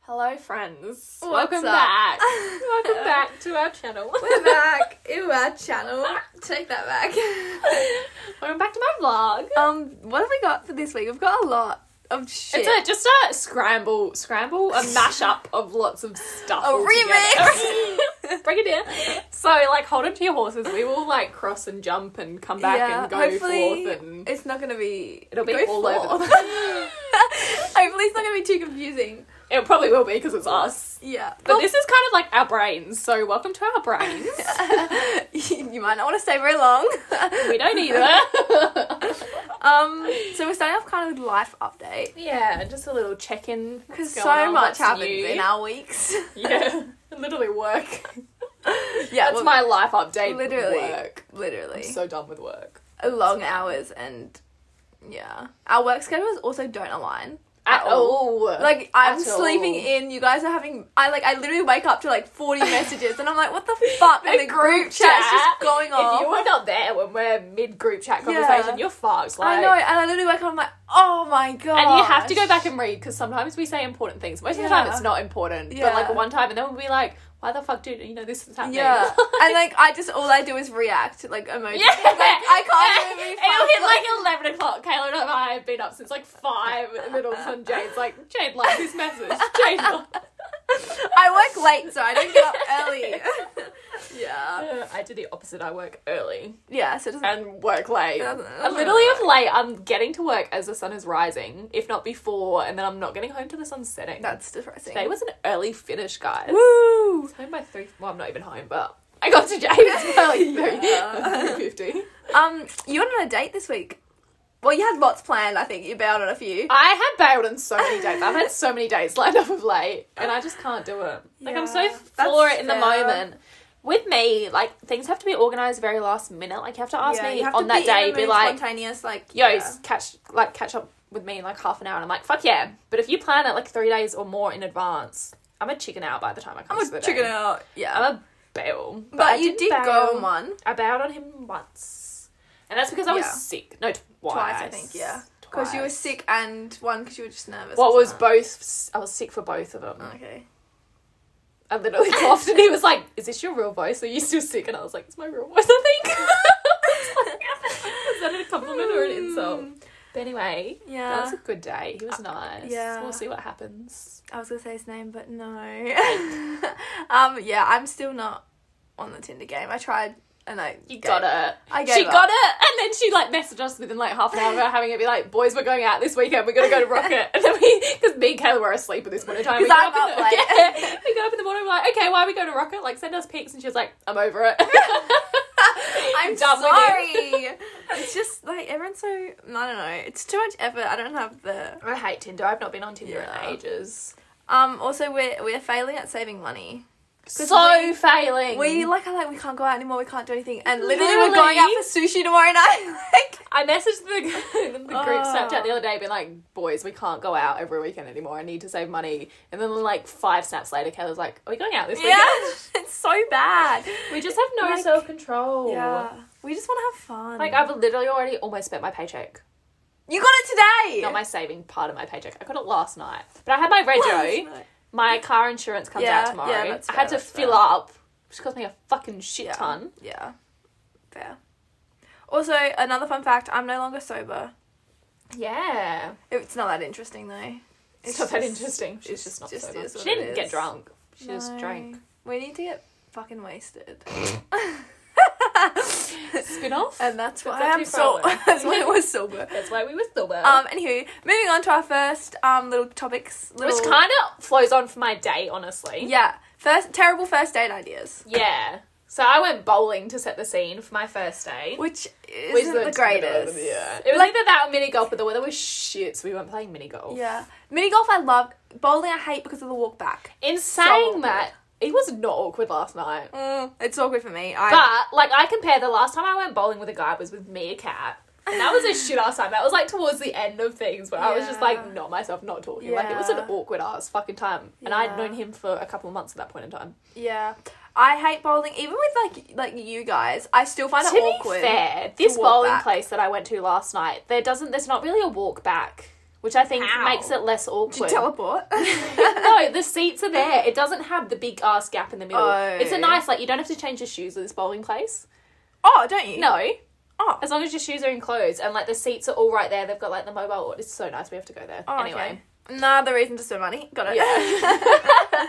Hello, friends. Welcome back. Welcome back to our channel. We're back. Ew, our channel. Take that back. Welcome back to my vlog. um, what have we got for this week? We've got a lot of shit. It's a, just a scramble, scramble, a mashup of lots of stuff. A all remix. together. Break it down. So, like, hold on to your horses. We will like cross and jump and come back yeah, and go hopefully forth, and it's not gonna be. It'll be go all over the- hopefully, it's not gonna be too confusing. it probably will be because it's us. Yeah, But this is kind of like our brains. So, welcome to our brains. you might not want to stay very long. we don't either. Um, so we're starting off kind of with life update yeah, just a little check in because so much happens in our weeks. yeah, literally work. yeah, That's well, my life update. literally, Work. literally So done with work. long hours and yeah, our work schedules also don't align. At, all. Like I'm Uh, At sleeping all. in, you guys are having. I like I literally wake up to like 40 messages, and I'm like, what the fuck? And the group chat's just going If you off. were not there when we're mid group chat conversation, Yeah. you're fucked. Like, I know, and I literally wake up. I'm like, oh my god. And you have to go back and read because sometimes we say important things. Most of the time, Yeah. it's not important. Yeah. But like one time, and then we'll be like, "Why the fuck, dude? You know this is happening." Yeah, and like I just all I do is react like emotionally. Like I can't Yeah. even be It'll fast, hit like eleven o'clock. Kayla and I have been up since like five, and then all of a sudden Jade's like, "Jade, like this message." Jade, like. I work late, so I don't get up early. yeah. Uh, I do the opposite. I work early Yeah, so it doesn't. and work late. That's- I'm literally of late. I'm getting to work as the sun is rising, if not before, and then I'm not getting home till the sun's setting. that's depressing. Today was an early finish, guys. Woo! Home by three. Well, I'm not even home, but I got to Jade's by like Yeah. three fifty. Um, you went on a date this week. Well, you had lots planned, I think. You bailed on a few. I have bailed on so many dates. I've had so many dates lined up of late, and I just can't do it. Like I'm so Yeah, floor that's in the fair. moment. With me, like things have to be organized very last minute. Like you have to ask Yeah, me you have on to that in day, the be mood, like, spontaneous, like, yo, yeah. s- catch like catch up with me in like half an hour, and I'm like, fuck yeah. But if you plan it like three days or more in advance, I'm a chicken out by the time I come. I'm to the a chicken day. out. Yeah, I'm a bail. but, I you didn't did bail. go on one. I bailed on him once, and that's because I was Yeah. sick. No, twice. Twice, I think, yeah. Because you were sick and one because you were just nervous. What or was something. both? I was sick for both of them. Okay. I literally coughed, and he was like, "Is this your real voice? Are you still sick?" And I was like, "It's my real voice, I think." Is that a compliment or an insult? Mm, But anyway, Yeah. that was a good day. He was nice. uh, yeah. we'll see what happens. I was gonna say his name, but no. um, yeah, I'm still not on the Tinder game. I tried, and I You gave- got it. I gave She up. got it, and then she like messaged us within like half an hour, of her having it be like, "Boys, we're going out this weekend. We're gonna go to Rocket." And then we, because me and Kayla were asleep at this point in time. We 'Cause got I'm in up the, late. Yeah. we got up in the morning. We're like, "Okay, why we go to Rocket? Like, send us pics." And she was like, "I'm over it." I'm done with sorry. it's just like everyone's so I don't know. It's too much effort. I don't have the I hate Tinder. I've not been on Tinder Yeah. in ages. um. Also, we're we're failing at saving money. So we- failing. We like are like we can't go out anymore. We can't do anything. And literally, we're Literally. going out for sushi tomorrow night. like I messaged the, the group Oh. Snapchat the other day, being like, "Boys, we can't go out every weekend anymore. I need to save money." And then like five snaps later, Kayla's like, "Are we going out this yeah, weekend?" it's so bad. We just have no Like, self control. Yeah, we just want to have fun. Like I've literally already almost spent my paycheck. you got it today. Not my saving part of my paycheck. I got it last night, but I had my Last rego. night. my car insurance comes Yeah, out tomorrow. yeah, that's I had fair, to that's fill fair. up, which cost me a fucking shit yeah. ton. Yeah, fair. Also, another fun fact: I'm no longer sober. Yeah, It's not that interesting though. it's, not that just- interesting. She's it's just not just sober. is She what didn't it get is. drunk. She just drank. No. We need to get fucking wasted. Spin off. and that's why Is that I'm too so far away? that's why we're sober. That's why we were sober. Um anywho, moving on to our first um little topics. Little, Which kind of flows on for my day, honestly. Yeah. First terrible first date ideas. Yeah. So I went bowling to set the scene for my first day. Which Which isn't looked the good. greatest. Yeah. It was either that or mini golf, but the weather was shit, so we weren't playing mini golf. Yeah. Mini golf I love. Bowling I hate because of the walk back. In So saying awkward. that, it was not awkward last night. Mm, it's awkward for me. I But like I compare the last time I went bowling with a guy was with me a cat. And that was a shit ass time. That was like towards the end of things where I was just Yeah. like not myself, not talking. Like it was an Yeah. awkward ass fucking time. And I'd Yeah. known him for a couple of months at that point in time. yeah. I hate bowling even with like like you guys. I still find to it awkward. be fair, this walk bowling back. place that I went to last night, there doesn't there's not really a walk back, which I think How? makes it less Do you awkward. teleport? no, no, the seats are there. It doesn't have the big ass gap in the middle. Oh. It's a nice like you don't have to change your shoes at this bowling place. Oh, don't you? No, Oh. as long as your shoes are enclosed and like the seats are all right there. They've got like the mobile. It's so nice. We have to go there Oh, anyway. okay. Another reason to spend money. Got it. Yeah.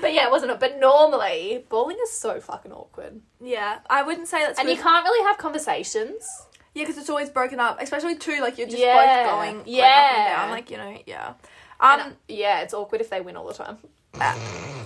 But yeah, it wasn't it? But normally bowling is so fucking awkward, yeah, I wouldn't say that's. and you with- can't really have conversations. Yeah, because it's always broken up, especially two. Like you're just Yeah. both going like, up and Yeah. down. Like you know, yeah. And, Um, uh, yeah, it's awkward if they win all the time.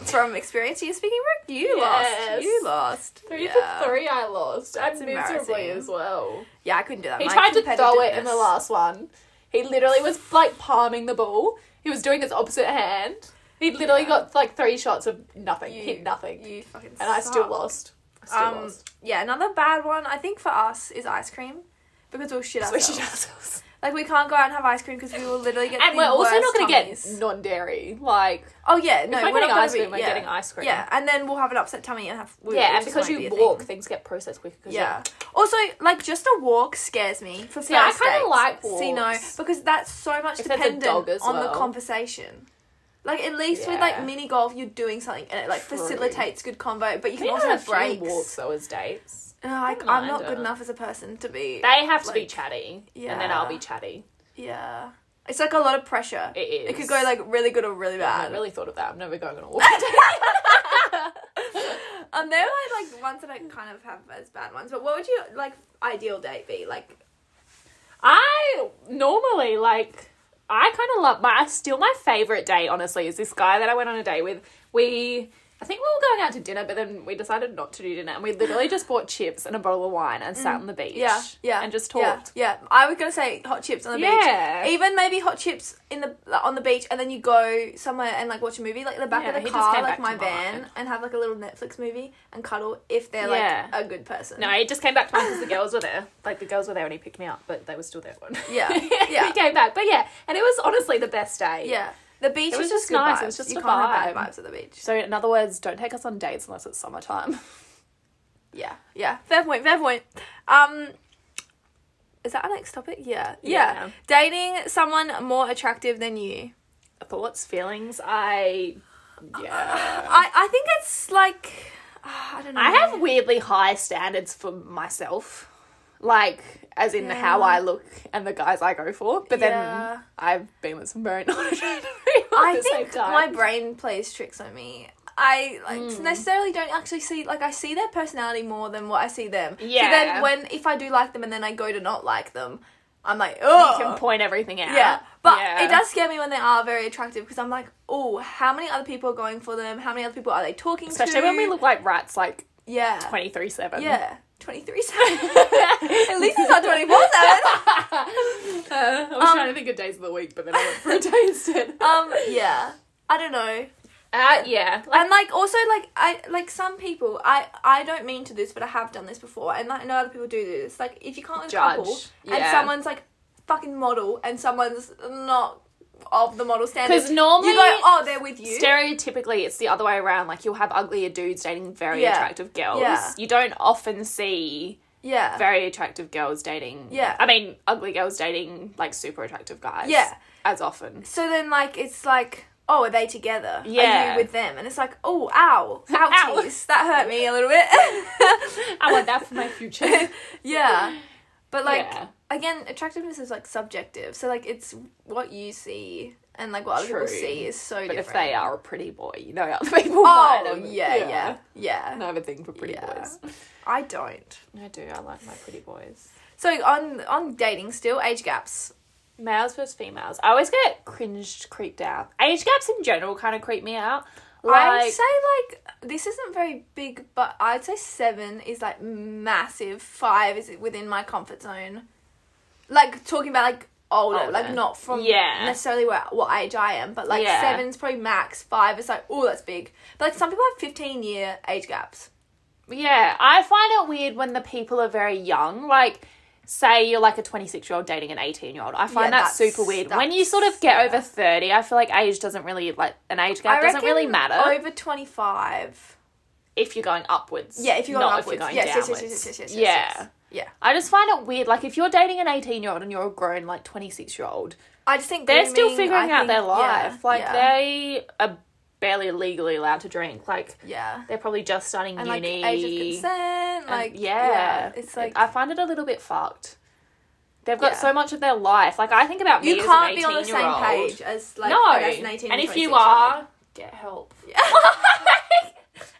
from experience, you're speaking. Brooke, you Yes. lost. You lost. Three yeah. for three, I lost, That's and miserably embarrassing. as well. Yeah, I couldn't do that. He My tried to throw it in the competitiveness- last one. He literally was like palming the ball. He was doing his opposite hand. He literally Yeah. got like three shots of nothing, You- hit nothing, You fucking. and I still suck. lost. I still Um, lost. yeah, another bad one I think for us is ice cream because we'll shit So we ourselves. should ourselves. Like we can't go out and have ice cream because we will literally get. And the we're also not going gonna to get non-dairy. Like Oh yeah, no, if we're, we're getting not ice cream, Be, we're yeah. getting ice cream. Yeah, and then we'll have an upset tummy and have. we- it yeah, and just because won't be you a walk, thing. things get processed quicker. 'cause Yeah. you're- Also, like just a walk scares me for first See, I kinda dates. like See, no, walks. because that's so much If there's a dependent dog as on the well. conversation. Like at least with like Yeah. mini golf, you're doing something and it like True. facilitates good convo, but you can We also had a have few breaks. walks though as dates. No, I, Don't mind I'm not good it. enough as a person to be. They have to be Like, chatty, and then yeah. I'll be chatty. yeah, it's like a lot of pressure. It is. It could go like really good or really I bad. haven't really thought of that. I'm never going on a walk. And they're Um, like, like ones that I kind of have as bad ones. But what would your like ideal date be? Like I normally like I kind of love my still my favorite date honestly is this guy that I went on a date with. We I think we were going out to dinner, but then we decided not to do dinner, and we literally just bought chips and a bottle of wine and sat on the beach. Mm. yeah, yeah, and just yeah, talked. Yeah, I was gonna say hot chips on the Yeah. beach. Even maybe hot chips in the like, on the beach, and then you go somewhere and like watch a movie, like the back Yeah, of he the just car, came like back my to van, mine. and have like a little Netflix movie and cuddle if they're Yeah. like a good person. No, it just came back to mine because the girls were there. Like the girls were there when he picked me up, but they were still there. One. Yeah, he yeah. came back, but yeah, and it was honestly the best day. yeah. The beach It was is just just good nice, Vibes. it was just you a can't have vibe. bad vibes at the beach. So in other words, don't take us on dates unless it's summertime. Yeah, yeah. Fair point, fair point. Um is that our next topic? Yeah. Yeah. Yeah. Dating someone more attractive than you. Thoughts, feelings. I yeah. I, I think it's like ah, I don't know. Uh. I have weirdly high standards for myself, like as in how I look and the guys I go for. But then Yeah. I've been with some very non-attractive people at I the same think time. Hmm. my brain plays tricks on me. I like necessarily don't actually see like I see their personality more than what I see them. So Yeah. then when if I do like them and then I go to not like them, I'm like, you oh can point everything out. Yeah, but Yeah. it does scare me when they are very attractive because I'm like, oh, how many other people are going for them? How many other people are they talking to? especially when we look like rats, like yeah, twenty three seven. yeah, twenty three seven. At least it's not twenty four seven. I was trying to think of days of the week, but then I went for a day instead. Um, yeah, I don't know. uh, yeah, like, And like, also like, I like some people. I I don't mean to do this, but I have done this before, and I know other people do this. Like, if you can't with a Judge. couple, and Yeah. someone's like fucking model, and someone's not of the model standard, 'Cause normally you go, oh, they're with you. stereotypically it's the other way around. Like you'll have uglier dudes dating very Yeah. attractive girls. Yeah. You don't often see yeah, very attractive girls dating. Yeah. I mean, ugly girls dating like super attractive guys. Yeah. As often. So then, like, it's like, oh, are they together? Are Yeah. you with them? And it's like, oh, ow, ouchies, that hurt me a little bit. I want that for my future. yeah, but like Yeah. again, attractiveness is like subjective. So like, it's what you see and like what other people True. see is so but different. if they are a pretty boy, you know other people oh want 'em. yeah, yeah, yeah, And I have a thing for pretty Yeah. boys. I don't. I do. I like my pretty boys. So on on dating still age gaps. Males versus females. I always get cringed, creeped out. Age gaps in general kind of creep me out. I'd Like, say like this isn't very big, but I'd say seven is like massive. Five is within my comfort zone. Like talking about like older, Older. like not from Yeah. necessarily where, what age I am, but like Yeah. seven's probably max. Five is like oh that's big. But like some people have fifteen year age gaps. yeah, I find it weird when the people are very young. Like, say you're like a 26 year old dating an 18 year old. I find Yeah, that that's- super weird. When you that's- sort of get yeah. over 30, I feel like age doesn't really, like, an age I gap doesn't reckon really matter. over twenty five. if you're going upwards. Yeah, if you're going not upwards. if you're going yes, yes, downwards. yes, yes, yes, yes, yes, yeah. yes. yeah. I just find it weird. Like if you're dating an 18 year old and you're a grown like 26 year old, I just think they're still grooming, figuring I out their think- yeah, life. like yeah, they are barely legally allowed to drink. Like yeah, they're probably just starting and like uni. age of consent, and- like yeah. it's like I find it a little bit fucked. They've got Yeah. so much of their life. Like I think about me you as can't an be on the same 18-year-old. page as like no, as an 18 and if you 26 -year-old. are, get help.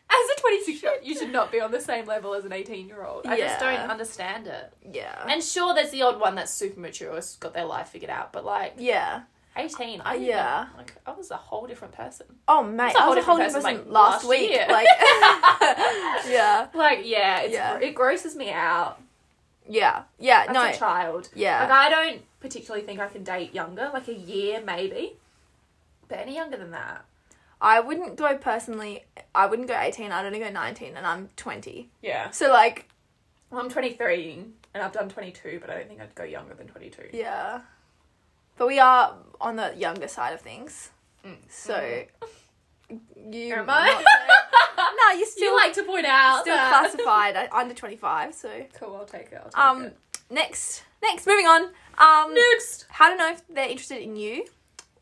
As a 26 year old, you should not be on the same level as an 18 year old. I just Yeah. don't understand it. yeah, And sure, there's the odd one that's super mature, has got their life figured out, but like yeah. 18, I didn't- Yeah. like I was a whole different person. Oh mate, a I whole was a whole different different person, like, person last last week. year. Like, yeah, Like, yeah, it's, Yeah. it grosses me out yeah, yeah. as no, a child. yeah. Like, I don't particularly think I can date younger, like a year maybe, but any younger than that. I wouldn't go personally. I wouldn't go eighteen. I'd only go nineteen, and I'm twenty. Yeah. So like, Well, I'm 23 and I've done 22, but I don't think I'd go younger than 22. yeah. But we are on the younger side of things, so you. Am not I? so- no, you're You still like to point out still that- classified uh, under twenty five. So Cool, I'll take it. I'll take um, it. next, next, moving on. Um, Next. how to know if they're interested in you,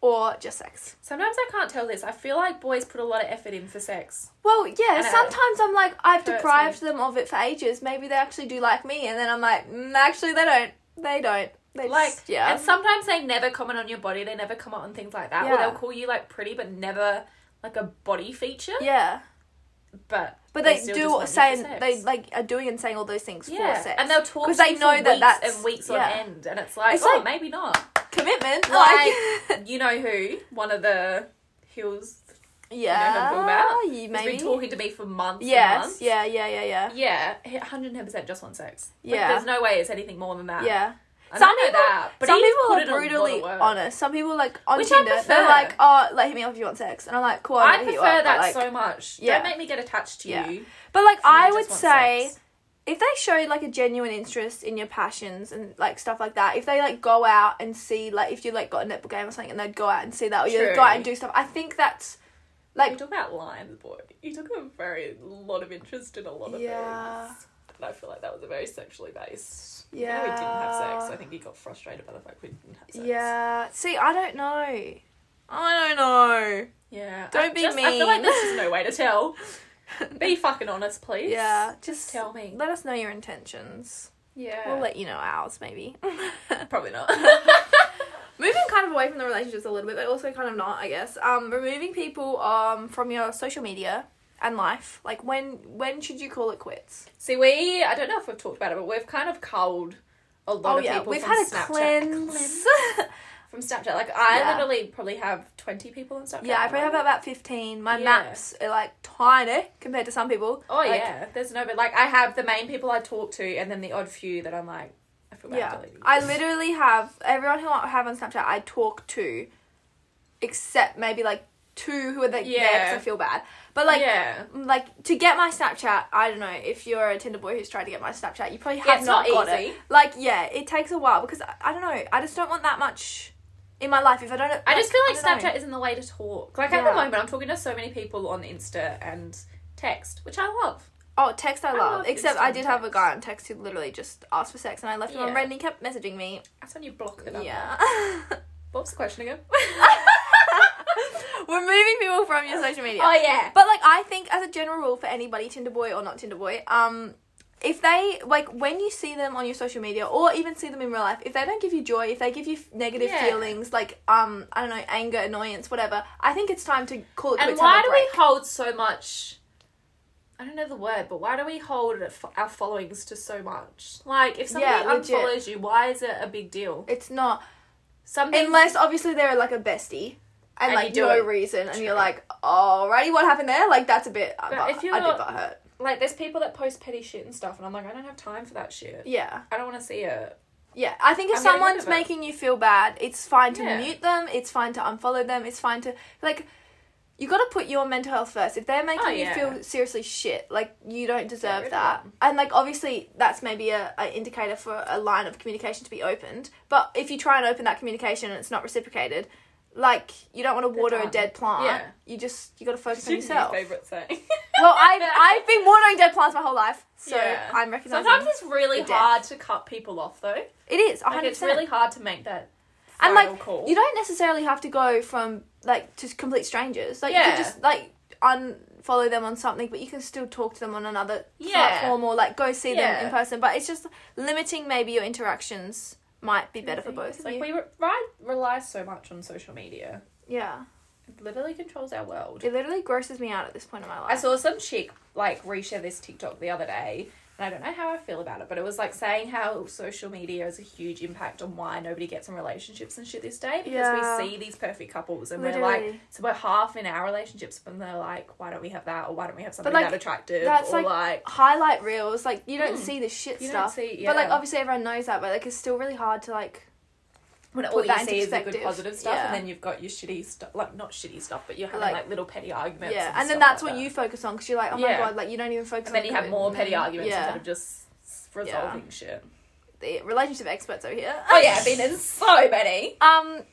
or just sex. Sometimes I can't tell this. I feel like boys put a lot of effort in for sex. Well, yeah, And it sometimes I'm like, I've hurts Uh, me. deprived them of it for ages. Maybe they actually do like me. And then I'm like, mm, actually, they don't. They don't. They Like, just, yeah. And sometimes they never comment on your body. They never comment on things like that. Or Yeah. they'll call you like pretty, but never like a body feature. yeah. But But they, still just do want you say, for sex. and they like are doing and saying all those things yeah. for sex. And they'll talk 'Cause because they you know for that weeks that's- and weeks yeah. on end, and it's like, It's oh, like- maybe not. Commitment. Like, Like, you know who? One of the hills yeah. Oh, talking about? you has maybe. been talking to me for months. and yes. months. Yeah, yeah, yeah, yeah. Yeah, he- 110% just on sex. Like, Yeah. There's no way it's anything more than that. Yeah. And Some I know people- that, but Some he's put people in a are lot of brutally work. honest. Some people like on Which I Tinder, they're prefer. like, "Oh, like hit me up if you want sex," and I'm like, "Cool, I'll I hit you prefer up," but, that like- so much. yeah. Don't make me get attached to Yeah. you. But like, if you I just would want say, sex. if they show like a genuine interest in your passions and like stuff like that, if they like go out and see like if you like got a netball game or something and they'd go out and see that or you True. go out and do stuff, I think that's you like talk about lines, boy. You took a very lot of interest in a lot of Yeah. things. And I feel like that was a very sexually based. Even though we didn't have Yeah. sex. I think he got frustrated by the fact we didn't have sex. yeah. See, I don't know. I don't know. Yeah. Don't I be just- I feel like mean. there's just no way to tell. Be fucking honest, please. Yeah, Just tell me. Let us know your intentions. Yeah. We'll let you know ours maybe. Probably not. Moving kind of away from the relationships a little bit, but also kind of not, I guess. Um, removing people um from your social media and life. Like when when should you call it quits? See, we, I don't know if we've talked about it, but we've kind of culled a lot oh of yeah, people we've from had a Snapchat. cleanse. From Snapchat. Like, I Yeah. literally probably have 20 people on Snapchat. yeah, I probably now. have about fifteen. My Yeah. maps are like tiny compared to some people. Oh, Like, yeah. There's no, but like, I have the main people I talk to and then the odd few that I'm like, I feel bad Yeah, deleting. I literally have everyone who I have on Snapchat. I talk to, except maybe like two who are the yeah. Yeah. I feel bad, but like yeah. like to get my Snapchat, I don't know, if you're a Tinder boy who's trying to get my Snapchat, you probably have It's not, not got easy. it. Like, yeah, it takes a while because I, I don't know, I just don't want that much in my life if I don't like, I just feel like don't know. Snapchat isn't the way to talk. Like, at Yeah. the moment, I'm talking to so many people on Insta and text, which I love. Oh, text I love. love Except I instant did have a text. guy on text who literally just asked for sex and I left him on Yeah. red and he kept messaging me. That's when you block the number. Yeah. What was the question again? We're moving people from your social media. Oh, yeah. But like I think as a general rule for anybody, Tinder boy or not Tinder boy, um, if they like when you see them on your social media or even see them in real life, if they don't give you joy, if they give you f- negative Yeah. feelings like um I don't know anger, annoyance, whatever, I think it's time to call it And quits. why have a do break. we hold so much? I don't know the word, but why do we hold f- our followings to so much? Like, if somebody Yeah, legit. unfollows you, why is it a big deal? It's not Something unless obviously they're like a bestie. And, And you like do no it. reason, and you're True. like, alrighty, what happened there? Like that's a bit. But if you're I did not- butt hurt. like there's people that post petty shit and stuff, and I'm like, I don't have time for that shit. Yeah, I don't want to see it. yeah. I think if I'm getting rid someone's of it. making you feel bad, it's fine to Yeah. mute them. It's fine to unfollow them. It's fine to like. You got to put your mental health first. If they're making Oh, you yeah. feel seriously shit, like you don't rid deserve of that. them. And like obviously that's maybe a, a indicator for a line of communication to be opened. But if you try and open that communication and it's not reciprocated, like you don't want to water a done. dead plant. Yeah. You just you got to focus on yourself. favorite saying. well, I I've been watering dead plants my whole life, so Yeah. I'm recognizing Sometimes it's really the death. hard to cut people off, though. it is 100. Like, it's percent really hard to make that and like final call. you don't necessarily have to go from like to complete strangers. Like you Yeah. can just like unfollow them on something, but you can still talk to them on another Yeah. platform or like go see them Yeah. in person. But it's just limiting maybe your interactions might be better for both of Like you. we re- ri- rely so much on social media. yeah, It literally controls our world. it literally grosses me out at this point in my life. I saw some chick like reshare this TikTok the other day, and I don't know how I feel about it, but it was like saying how social media has a huge impact on why nobody gets in relationships and shit this day because Yeah. we see these perfect couples and we're like, Literally. so we're half in our relationships, and they're like, why don't we have that or why don't we have something like, that attractive that's, or like, like, highlight reels like you don't Mm. see the shit You don't stuff see- but like yeah. obviously everyone knows that but like it's still really hard to like when all put you that see into is the good perspective. positive stuff, Yeah. and then you've got your shitty stuff, like not shitty stuff, but you're having Like- like, little petty arguments. yeah and then stuff that's like what that. you focus on because you're like oh my Yeah. god like you don't even focus And on then you the have good. more petty arguments yeah instead of just s- resolving shit. the relationship experts over here Oh yeah, I've been in so many. um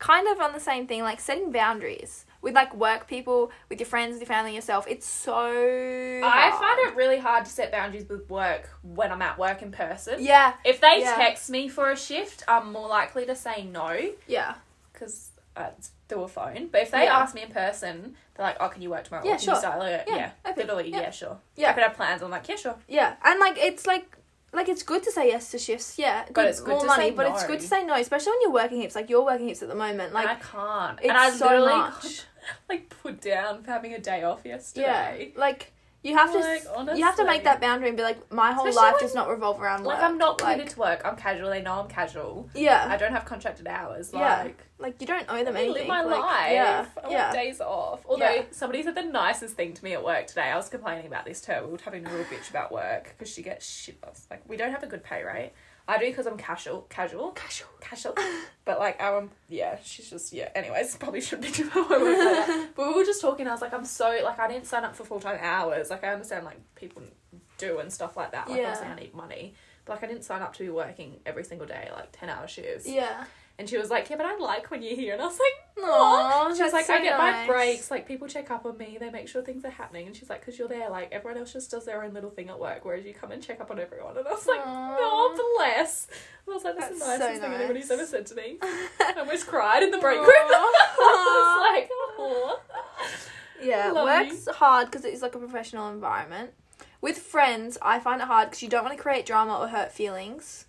kind of on the same thing like setting boundaries with like work people with your friends with your family yourself it's so I find it really hard to set boundaries with work when I'm at work in person. yeah If they Yeah. text me for a shift, I'm more likely to say no yeah because uh, it's through a phone. But if they Yeah. ask me in person, they're like, "Oh, can you work tomorrow? Yeah, Or can sure. You start earlier? Yeah, Yeah, okay. literally, Yeah. yeah, sure. Yeah. Yeah, if I have plans, I'm like, yeah, sure. Yeah, and like it's like like it's good to say yes to shifts. Yeah, good, it's good more to money, say but it's no. good to say no, especially when you're working heaps. Like you're working heaps at the moment. Like, Like I can't, it's and I so literally much. got, like put down for having a day off yeah, yesterday. like you have to Like, you have to make honestly. that boundary and be like, my whole Especially life when- does not revolve around work. Like I'm not committed Like, to work. I'm casual. They know I'm casual. I yeah, don't have contracted hours. Yeah. Like like you don't owe them I anything. live my like, life. Yeah, I want yeah. days off. Although Yeah. somebody said the nicest thing to me at work today. I was complaining about this to her. We were having a real bitch about work because she gets shit. us. Like we don't have a good pay rate. I do because I'm casual, casual, Casual. casual. But like our, um, yeah, she's just yeah. Anyways, probably shouldn't be doing my work like that. But we were just talking. I was like, I'm so like I didn't sign up for full time hours. Like I understand like people do and stuff like that. Like Yeah. obviously I need money. But like I didn't sign up to be working every single day like ten hour shifts. Yeah. And she was like, Yeah, but I like when you're here. And I was like, Aw, No. She that's was like, so I get my nice. breaks. Like, people check up on me. They make sure things are happening. And she's like, Because you're there. Like, everyone else just does their own little thing at work, whereas you come and check up on everyone. And I was like, Aw. No, bless. And I was like, That's, the That's so nicest thing nice. anybody's ever said to me. I almost cried in the break Aw. room. I was like, Aw. Yeah, Love work's hard because it's like a professional environment. With friends, I find it hard because you don't want to create drama or hurt feelings,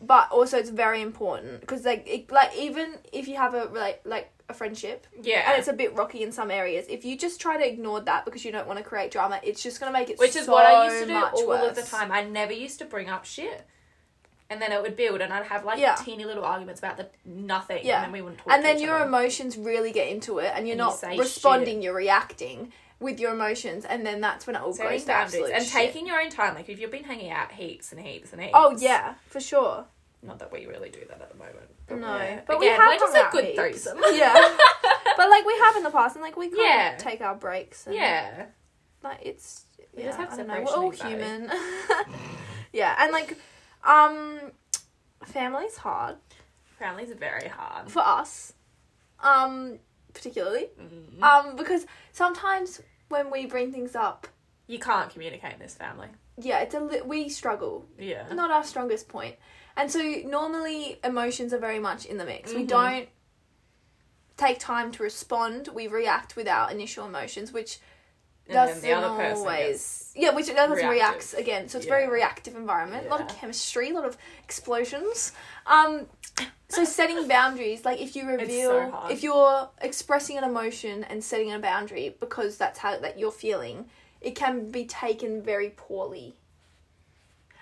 but also it's very important because like it, like even if you have a like like a friendship Yeah. and it's a bit rocky in some areas, if you just try to ignore that because you don't want to create drama, it's just gonna make it Which is so what I used to do much all of the worse. time. I never used to bring up shit. And then it would build, and I'd have like Yeah. teeny little arguments about the nothing, Yeah. and then we wouldn't talk. and to then each your other. emotions really get into it, and you're And you not say responding, you're reacting with your emotions, and then that's when it all Setting goes to absolute boundaries and shit. taking your own time. Like if you've been hanging out heaps and heaps and heaps. Oh yeah, for sure. Not that we really do that at the moment. No, yeah. but Again, we have we're just hung a out good heaps. threesome. Yeah, but like we have in the past, and like we can't Yeah. take our breaks. And, yeah. like it's We yeah, just have I don't know. We're all separation human. yeah, and like, um, family's hard Families are very hard. for us, um, particularly, Mm. um, because sometimes when we bring things up, You can't communicate in this family. yeah, it's a li- we struggle Yeah. not our strongest point. And so normally emotions are very much in the mix. We Mhm. don't take time to respond. We react with our initial emotions, which And then doesn't the other person always yeah, which the other person reactive. reacts again. So it's a Yeah. very reactive environment. A lot of Yeah. chemistry, a lot of explosions. Um so setting boundaries, like if you reveal so hard. if you're expressing an emotion and setting a boundary because that's how that you're feeling, it can be taken very poorly.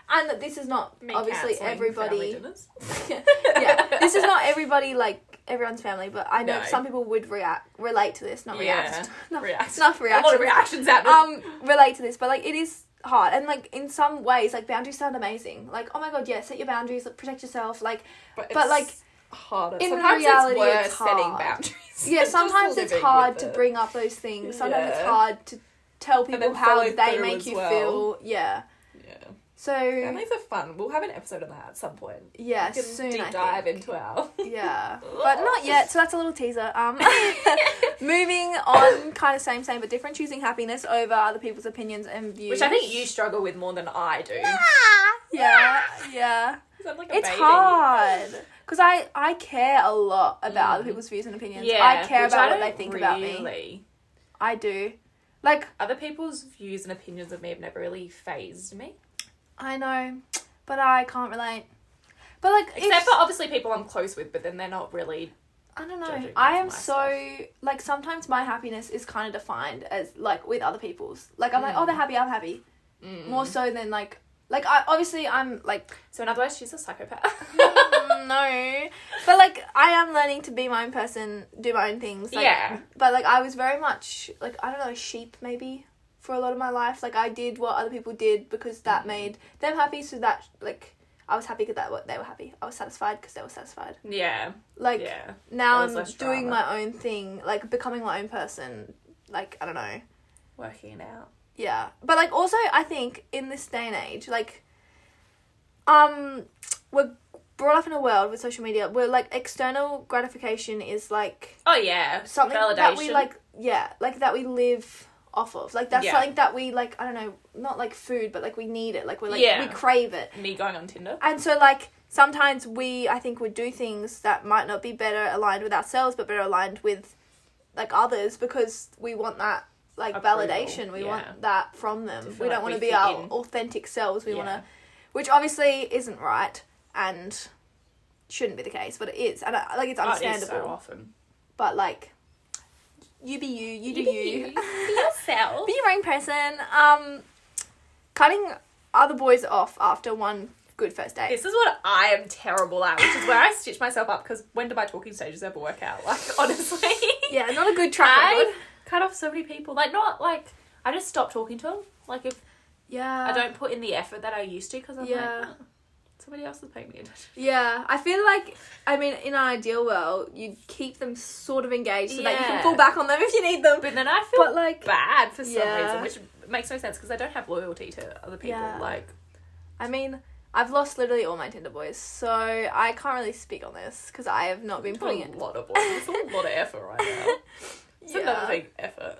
And that this is not Me obviously cancelling family everybody dinners. yeah, this is not everybody like everyone's family, but I know No. some people would react relate to this, not Yeah. react, not React. not A lot of reaction, reactions happening. um, relate to this, but like it is hard, and like in some ways, like boundaries sound amazing. Like oh my god, yeah, set your boundaries, like, protect yourself, like but, but, it's like, harder. in sometimes reality, it's worse it's setting hard. boundaries. than yeah. just Sometimes it's living hard with to it. bring up those things. Sometimes it's Yeah. hard to tell people then how follow they through make as you well. feel. Yeah. Yeah. So Families are fun. We'll have an episode on that at some point. yeah, we can soon deep I dive think. into our yeah but not yet so that's a little teaser um moving on kind of same same but different choosing happiness over other people's opinions and views Which I think you struggle with more than I do. yeah yeah I'm like a it's baby. hard because I I care a lot about Mm. other people's views and opinions. Yeah, I care which about what don't they think about me. really- I do. Like Other people's views and opinions of me have never really phased me, I know, but I can't relate. But like, if- except for obviously people I'm close with, but then they're not really. I don't know. judging I me for am so like sometimes my happiness is kind of defined as like with other people's. Like I'm like, Mm. oh, they're happy, I'm happy. More so than like like I obviously I'm like So in other words, she's a psychopath. mm, no, but like I am learning to be my own person, do my own things. Like, Yeah. But like I was very much like I don't know sheep maybe for a lot of my life. Like I did what other people did because that made them happy. So that like I was happy because that what they were happy. I was satisfied because they were satisfied. yeah, Like yeah. now There was I'm less doing drama. my own thing, like becoming my own person. Like I don't know, Working it out. yeah. But like also, I think in this day and age, like, um, we're brought up in a world with social media where like external gratification is like Oh yeah, something validation. that we like, yeah, like that we live off of. Like that's Yeah. something that we like. I don't know, not like food, but like we need it. Like we're like Yeah. we crave it. me going on Tinder. And so, like, sometimes we, I think, would do things that might not be better aligned with ourselves, but better aligned with, like, others because we want that, like, Approval, validation. We yeah. want that from them. feel We don't like want to we be fit our in. authentic selves. We want Yeah. to, which obviously isn't right and shouldn't be the case, but it is. And, I, like, it's Oh, it is understandable. so often. But, like, you be you, you do be you. Be yourself. Be your own person. Um, cutting other boys off after one good first date. This is what I am terrible at, which is where I stitch myself up because when do my talking stages ever work out? Like, honestly. Yeah, not a good track I record. cut off so many people. Like, not like, I just stop talking to them. Like, if Yeah. I don't put in the effort that I used to because I'm like, Uh, Yeah. "Oh, somebody else is paying me attention. Yeah, I feel like I mean, in an ideal world, you keep them sort of engaged so that you can Yeah. fall back on them if you need them. But then I feel But like, bad for some Yeah. reason, which makes no sense because I don't have loyalty to other people. Yeah. Like, I mean, I've lost literally all my Tinder boys, so I can't really speak on this because I have not been put putting a it. lot of work. It's a lot of effort right now. It's another thing, effort.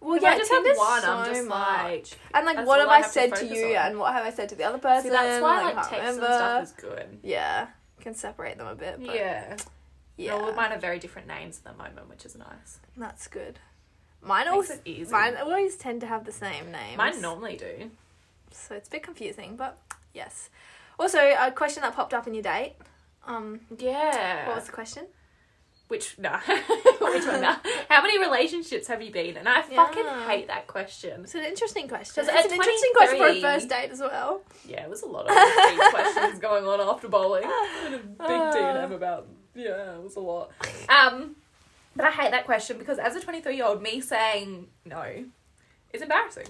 Well, If yeah, I just have Tinder's one, so I'm just much. like, and like, that's what all have I I, have to said to focus you, on. and what have I said to the other person? See, that's why I like can't text and remember. stuff is good. Yeah, can separate them a bit. But yeah, Yeah. yeah, All of mine are very different names at the moment, which is nice. that's good. Mine Makes always, it easy. mine Mine, always tend to have the same names. normally do. So it's a bit confusing, but yes. Also, a question that popped up in your date. Um, Yeah. what was the question? Which nah. Which one nah. How many relationships have you been? And I Yeah. fucking hate that question. It's an interesting question. Because It's an at interesting question for a 23 first date as well. Yeah, it was a lot of big questions going on after bowling. And a big Uh. DM about yeah, it was a lot. Um but I hate that question because as a twenty three year old, me saying no is embarrassing.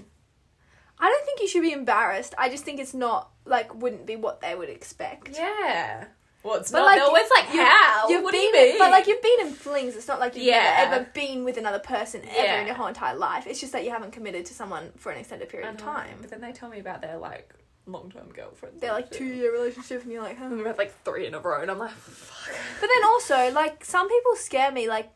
I don't think you should be embarrassed. I just think it's not like wouldn't be what they would expect. Yeah. Well it's But not like, like, it's like you- how? You've what been, do you mean? But like you've been in flings. It's not like you've Yeah. never ever been with another person ever Yeah. in your whole entire life. It's just that you haven't committed to someone for an extended period I of know, time. But then they tell me about their like long term girlfriends. They're and like shit. two year relationship, and you're like, huh. And We've had like three in a row, and I'm like, fuck. But then also, like, some people scare me, like,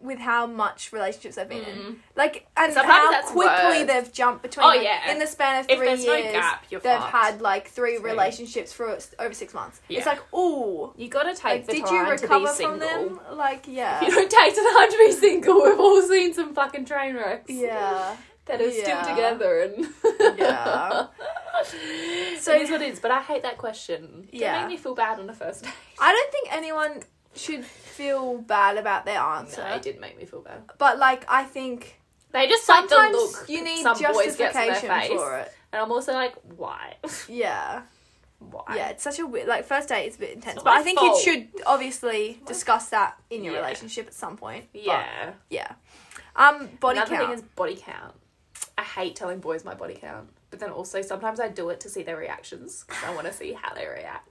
with how much relationships I've been Mm. in. Like, and Sometimes how that's quickly worse. they've jumped between. Oh, like, yeah. In the span of If three there's no years, gap, you're they've fucked. had, like, three Three. relationships for s- over six months. Yeah. It's like, ooh. You gotta take Like, the did you time to be recover single. from them? Like, yeah. You don't take the time to be single. We've all seen some fucking train wrecks. yeah. That are Yeah. still together and Yeah. So it is what it is, but I hate that question. Yeah. It made me feel bad on the first day. I don't think anyone should feel bad about their answer. No, it did make me feel bad. but, like, I think They just like the sometimes look you need some boys get to their justification face, for it. and I'm also like, why? Yeah. why? Yeah, it's such a weird, like first date is a bit intense, not but my I think fault. you should obviously discuss that in your Yeah. relationship at some point. but Yeah. yeah. Um, body Another count. thing is body count. I hate telling boys my body count, but then also sometimes I do it to see their reactions. 'cause I want to see how they react.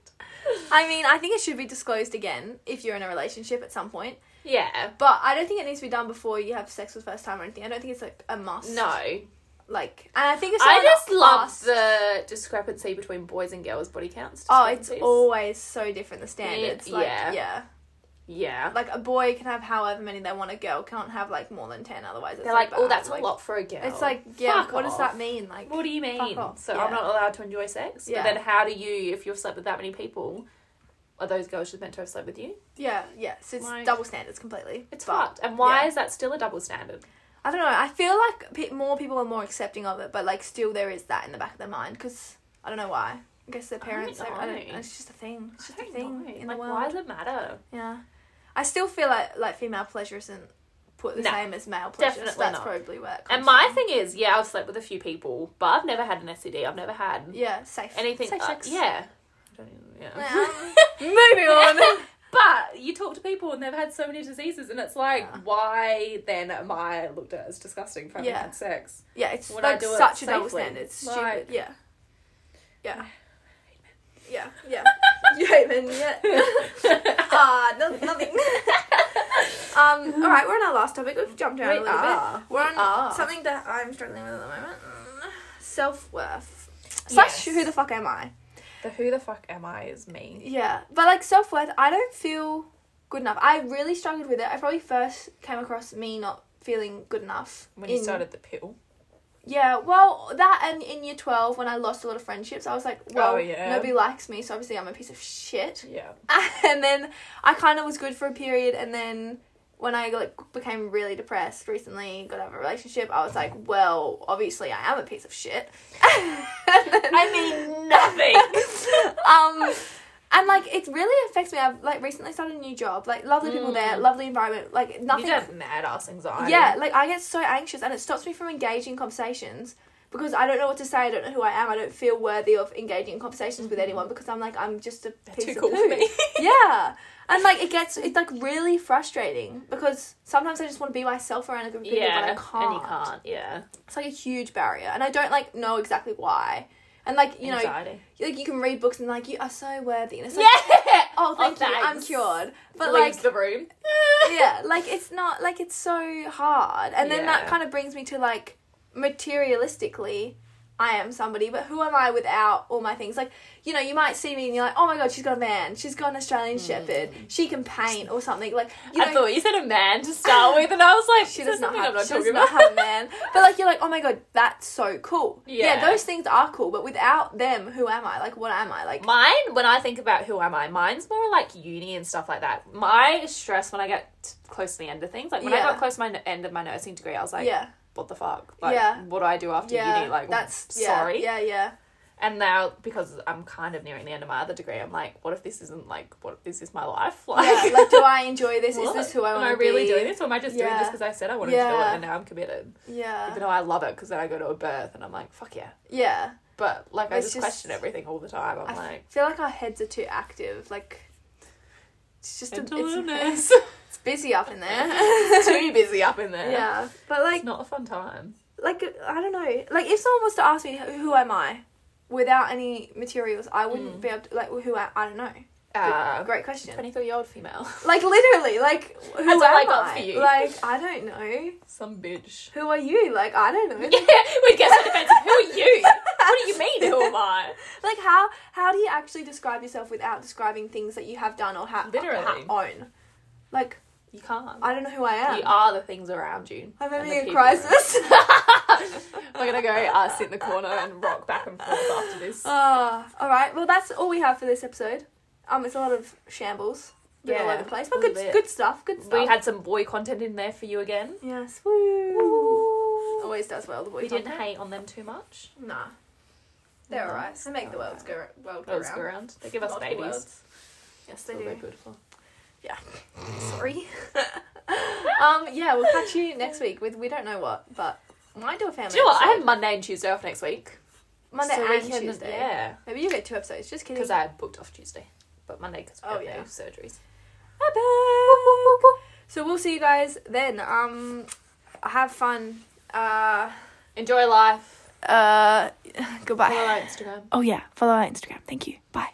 I mean, I think it should be disclosed again if you're in a relationship at some point, Yeah. but I don't think it needs to be done before you have sex for the first time or anything. I don't think it's like a must. No. I like, and I think if someone just love asks- the discrepancy between boys and girls' body counts. Oh, it's discrepancies. always so different the standards. like, yeah. yeah. yeah. Like a boy can have however many they want. A girl can't have like more than ten. Otherwise, it's They're like, oh, bad." that's Like, a lot for a girl. It's like, yeah. Fuck what does that off. mean? Like, What do you mean? off. So Yeah. I'm not allowed to enjoy sex. Yeah. But then how do you, if you've slept with that many people, are those girls just meant to have slept with you? Yeah, yes, it's Like- double standards completely. It's But- fucked. And why yeah. is that still a double standard? I don't know. I feel like pe- more people are more accepting of it, but like still there is that in the back of their mind because I don't know why. I guess their I don't parents. I don't, I know. don't, it's just a thing. It's just a thing know. in like, the world. why does it matter? Yeah, I still feel like like female pleasure isn't put the No, same as male pleasure. definitely so that's not. probably where. it comes And my from. thing is, yeah, I've slept with a few people, but I've never had an STD. I've never had yeah, safe anything. safe uh, sex. yeah. I don't even- yeah. Um, moving on. But you talk to people and they've had so many diseases, and it's like, why then am I looked at as disgusting for having Yeah. had sex? yeah, it's Would I like do it such a double safely? standard. It's stupid. Like- yeah. Yeah. Yeah, yeah. you hate men, yeah. Ah, no, nothing. um, all right, we're on our last topic. We've jumped around We a little are. bit. We're on We are. something that I'm struggling with at the moment: Mm, self worth. Yes. Slash, who the fuck am I? The who the fuck am I is me. Yeah, but like self worth, I don't feel good enough. I really struggled with it. I probably first came across me not feeling good enough When you in- started the pill. Yeah, well, that and in year twelve when I lost a lot of friendships, I was like, well, Oh, yeah. nobody likes me, so obviously I'm a piece of shit. Yeah. and then I kind of was good for a period, and then when I like became really depressed recently, got out of a relationship, I was like, well, obviously I am a piece of shit. I mean Nothing. um, and like it really affects me. I've like recently started a new job, like lovely people there, lovely environment, like nothing. Mm. you get mad ass anxiety. Yeah, like I get so anxious, and it stops me from engaging in conversations because I don't know what to say. I don't know who I am. I don't feel worthy of engaging in conversations with anyone because I'm like I'm just a Mm-hmm. piece Too of cool for poo. me. yeah, and like it gets it's like really frustrating because sometimes I just want to be myself around a group of people, yeah. but I can't. And you can't. Yeah. It's like a huge barrier, and I don't like know exactly why. And like you know, anxiety. like you can read books and like you are so worthy, and it's like, yeah. oh thank you, I'm thanks. cured. But Leaves like the room. yeah, like it's not like it's so hard. And then that Yeah. kind of brings me to like materialistically, I am somebody, but who am I without all my things? Like, you know, you might see me and you're like, oh my god, she's got a man, she's got an Australian Shepherd, she can paint or something. Like, Hmm. you I know, thought you said a man to start with, and I was like, she "This does is not something have, I'm not she does talking not about. have a man. But like, you're like, oh my god, that's so cool. Yeah. Yeah. those things are cool, but without them, who am I? Like, what am I? Like, Mine, when I think about who am I, mine's more like uni and stuff like that. My stress when I get t- close to the end of things, like when I Yeah. got close to my n- end of my nursing degree, I was like, yeah, what the fuck? Like, Yeah. what do I do after yeah, uni? Like, that's yeah, sorry. yeah, yeah. And now, because I'm kind of nearing the end of my other degree, I'm like, what if this isn't like, what if this is my life? Like, yeah. like, do I enjoy this? Is what? this who I Am want I to really be? doing this, or am I just doing Yeah. this because I said I wanted to do it Yeah. Uh. and now I'm committed? Yeah. Even though I love it because then I go to a birth and I'm like, fuck yeah. Yeah. But like, I It's just, just- question everything all the time. I'm I f- like, feel like our heads are too active. Like, it's just a, mental it's, illness. it's busy up in there. too busy up in there. yeah. But like, It's not a fun time. like I don't know. Like, if someone was to ask me, who am I? Without any materials, I wouldn't be able to, like, who I, I don't know. Mm. Uh, Great question. 23 year old female. Like, literally, like, who That's all am I I? got for you. Like, I don't know. Some bitch. Who are you? Like, I don't know. Yeah, we get so defensive. Who are you? What do you mean, who am I? Like, how how do you actually describe yourself without describing things that you have done or have Literally. own? Like, You can't. I don't know who I am. You are the things around you. I'm and having the a people. crisis. We're gonna go uh, sit in the corner and rock back and forth after this. Ah, all right. Well, that's all we have for this episode. Um, it's a lot of shambles, a bit all Yeah, over the place, but a little good, bit. good stuff. Good stuff. We had some boy content in there for you again. yes. Woo. Always does well. The boy. We didn't content. hate on them too much. Nah, they're No, alright. They make the world go world go Those go round. around. They give us Multiple babies. worlds. Yes, they So they're do. beautiful. Sorry. um. Yeah, we'll catch you next week with we don't know what, but might do a family. Do you know what? I have episode. Monday and Tuesday off next week. Monday So we and can- Tuesday. Yeah. Maybe you get two episodes. Just kidding. Because I booked off Tuesday, but Monday because we Oh, have yeah. no surgeries. Bye bye. So we'll see you guys then. Um, have fun. Uh, Enjoy life. uh, Follow goodbye. our Instagram. Oh yeah, follow our Instagram. Thank you. Bye.